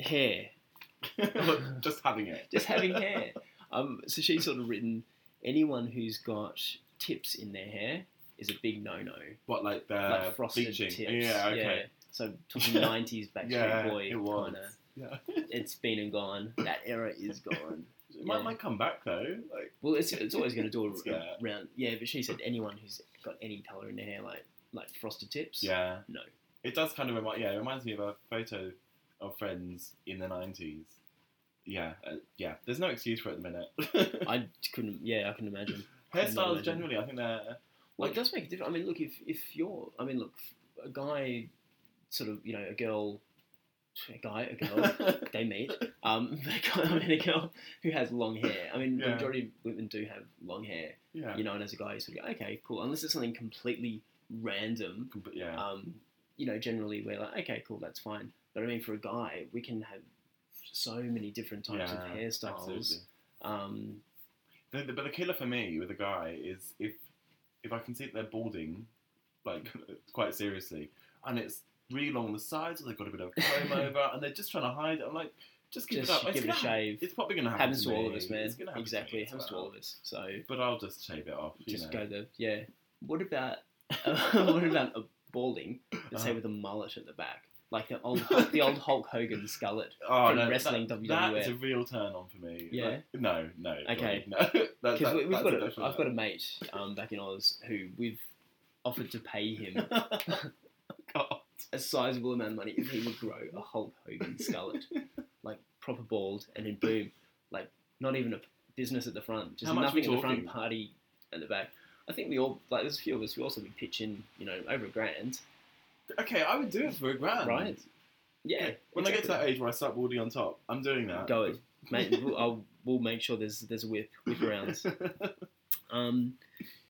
hair, Look, just having it. just having hair. Um, so she's sort of written anyone who's got tips in their hair is a big no-no, What like the like frosted Uh, bleaching? tips. Yeah, okay. So talking nineties Backstreet Yeah, Boy it was. kinda. Yeah. It's been and gone. That era is gone. It might, Yeah. might come back though. Like Well, it's, it's always going to do a Yeah. round. Yeah, but she said anyone who's got any color in their hair, like like frosted tips. yeah, No. it does kind of remind. Yeah, it reminds me of a photo of friends in the nineties. Yeah, uh, yeah. There's no excuse for it at the minute. I couldn't. Yeah, I can imagine. Hairstyles imagine. generally, I think they're Well, it does make a difference. I mean, look, if if you're, I mean, look, a guy, sort of, you know, a girl, a guy, a girl, they meet. Um, a guy, I mean, a girl who has long hair. I mean, the Yeah. majority of women do have long hair, yeah, you know. And as a guy, you sort of go, okay, cool. Unless it's something completely random, Com- yeah, um, you know, generally we're like, okay, cool, that's fine. But I mean, for a guy, we can have so many different types Yeah, of hairstyles. absolutely. Um, The, the, but the killer for me with a guy is if if I can see that they're balding, like quite seriously, and it's really long on the sides, or they've got a bit of a comb over, and they're just trying to hide it. I'm like, just give just it up. give it a gonna- shave. It's probably going to happen. happens to all of me. us, man. It's gonna happen to Exactly, me it as happens to well. all of us. So But I'll just shave it off. you just know. go the yeah. What about um, what about a balding? Let's say Uh-huh. with a mullet at the back, like the old Hulk- the old Hulk Hogan skullet. Oh from no, wrestling that, WWF. that is a real turn on for me. Yeah? Like, no, no. God, Okay. No. That's- Because that- we've that's got a, definite I've got a mate um, back in Oz who we've offered to pay him God. a sizable amount of money if he would grow a Hulk Hogan skullet, like proper bald, and then boom, like not even a business at the front, just How much nothing we at the front, talking? party at the back. I think we all like there's a few of us. We also be pitching, you know, over a grand, Okay, I would do it for a grand. right? Yeah. When I get to exactly. that age where I start balding on top, I'm doing that. Go it, mate. We'll, I'll, we'll make sure there's there's a whip whip around. Um,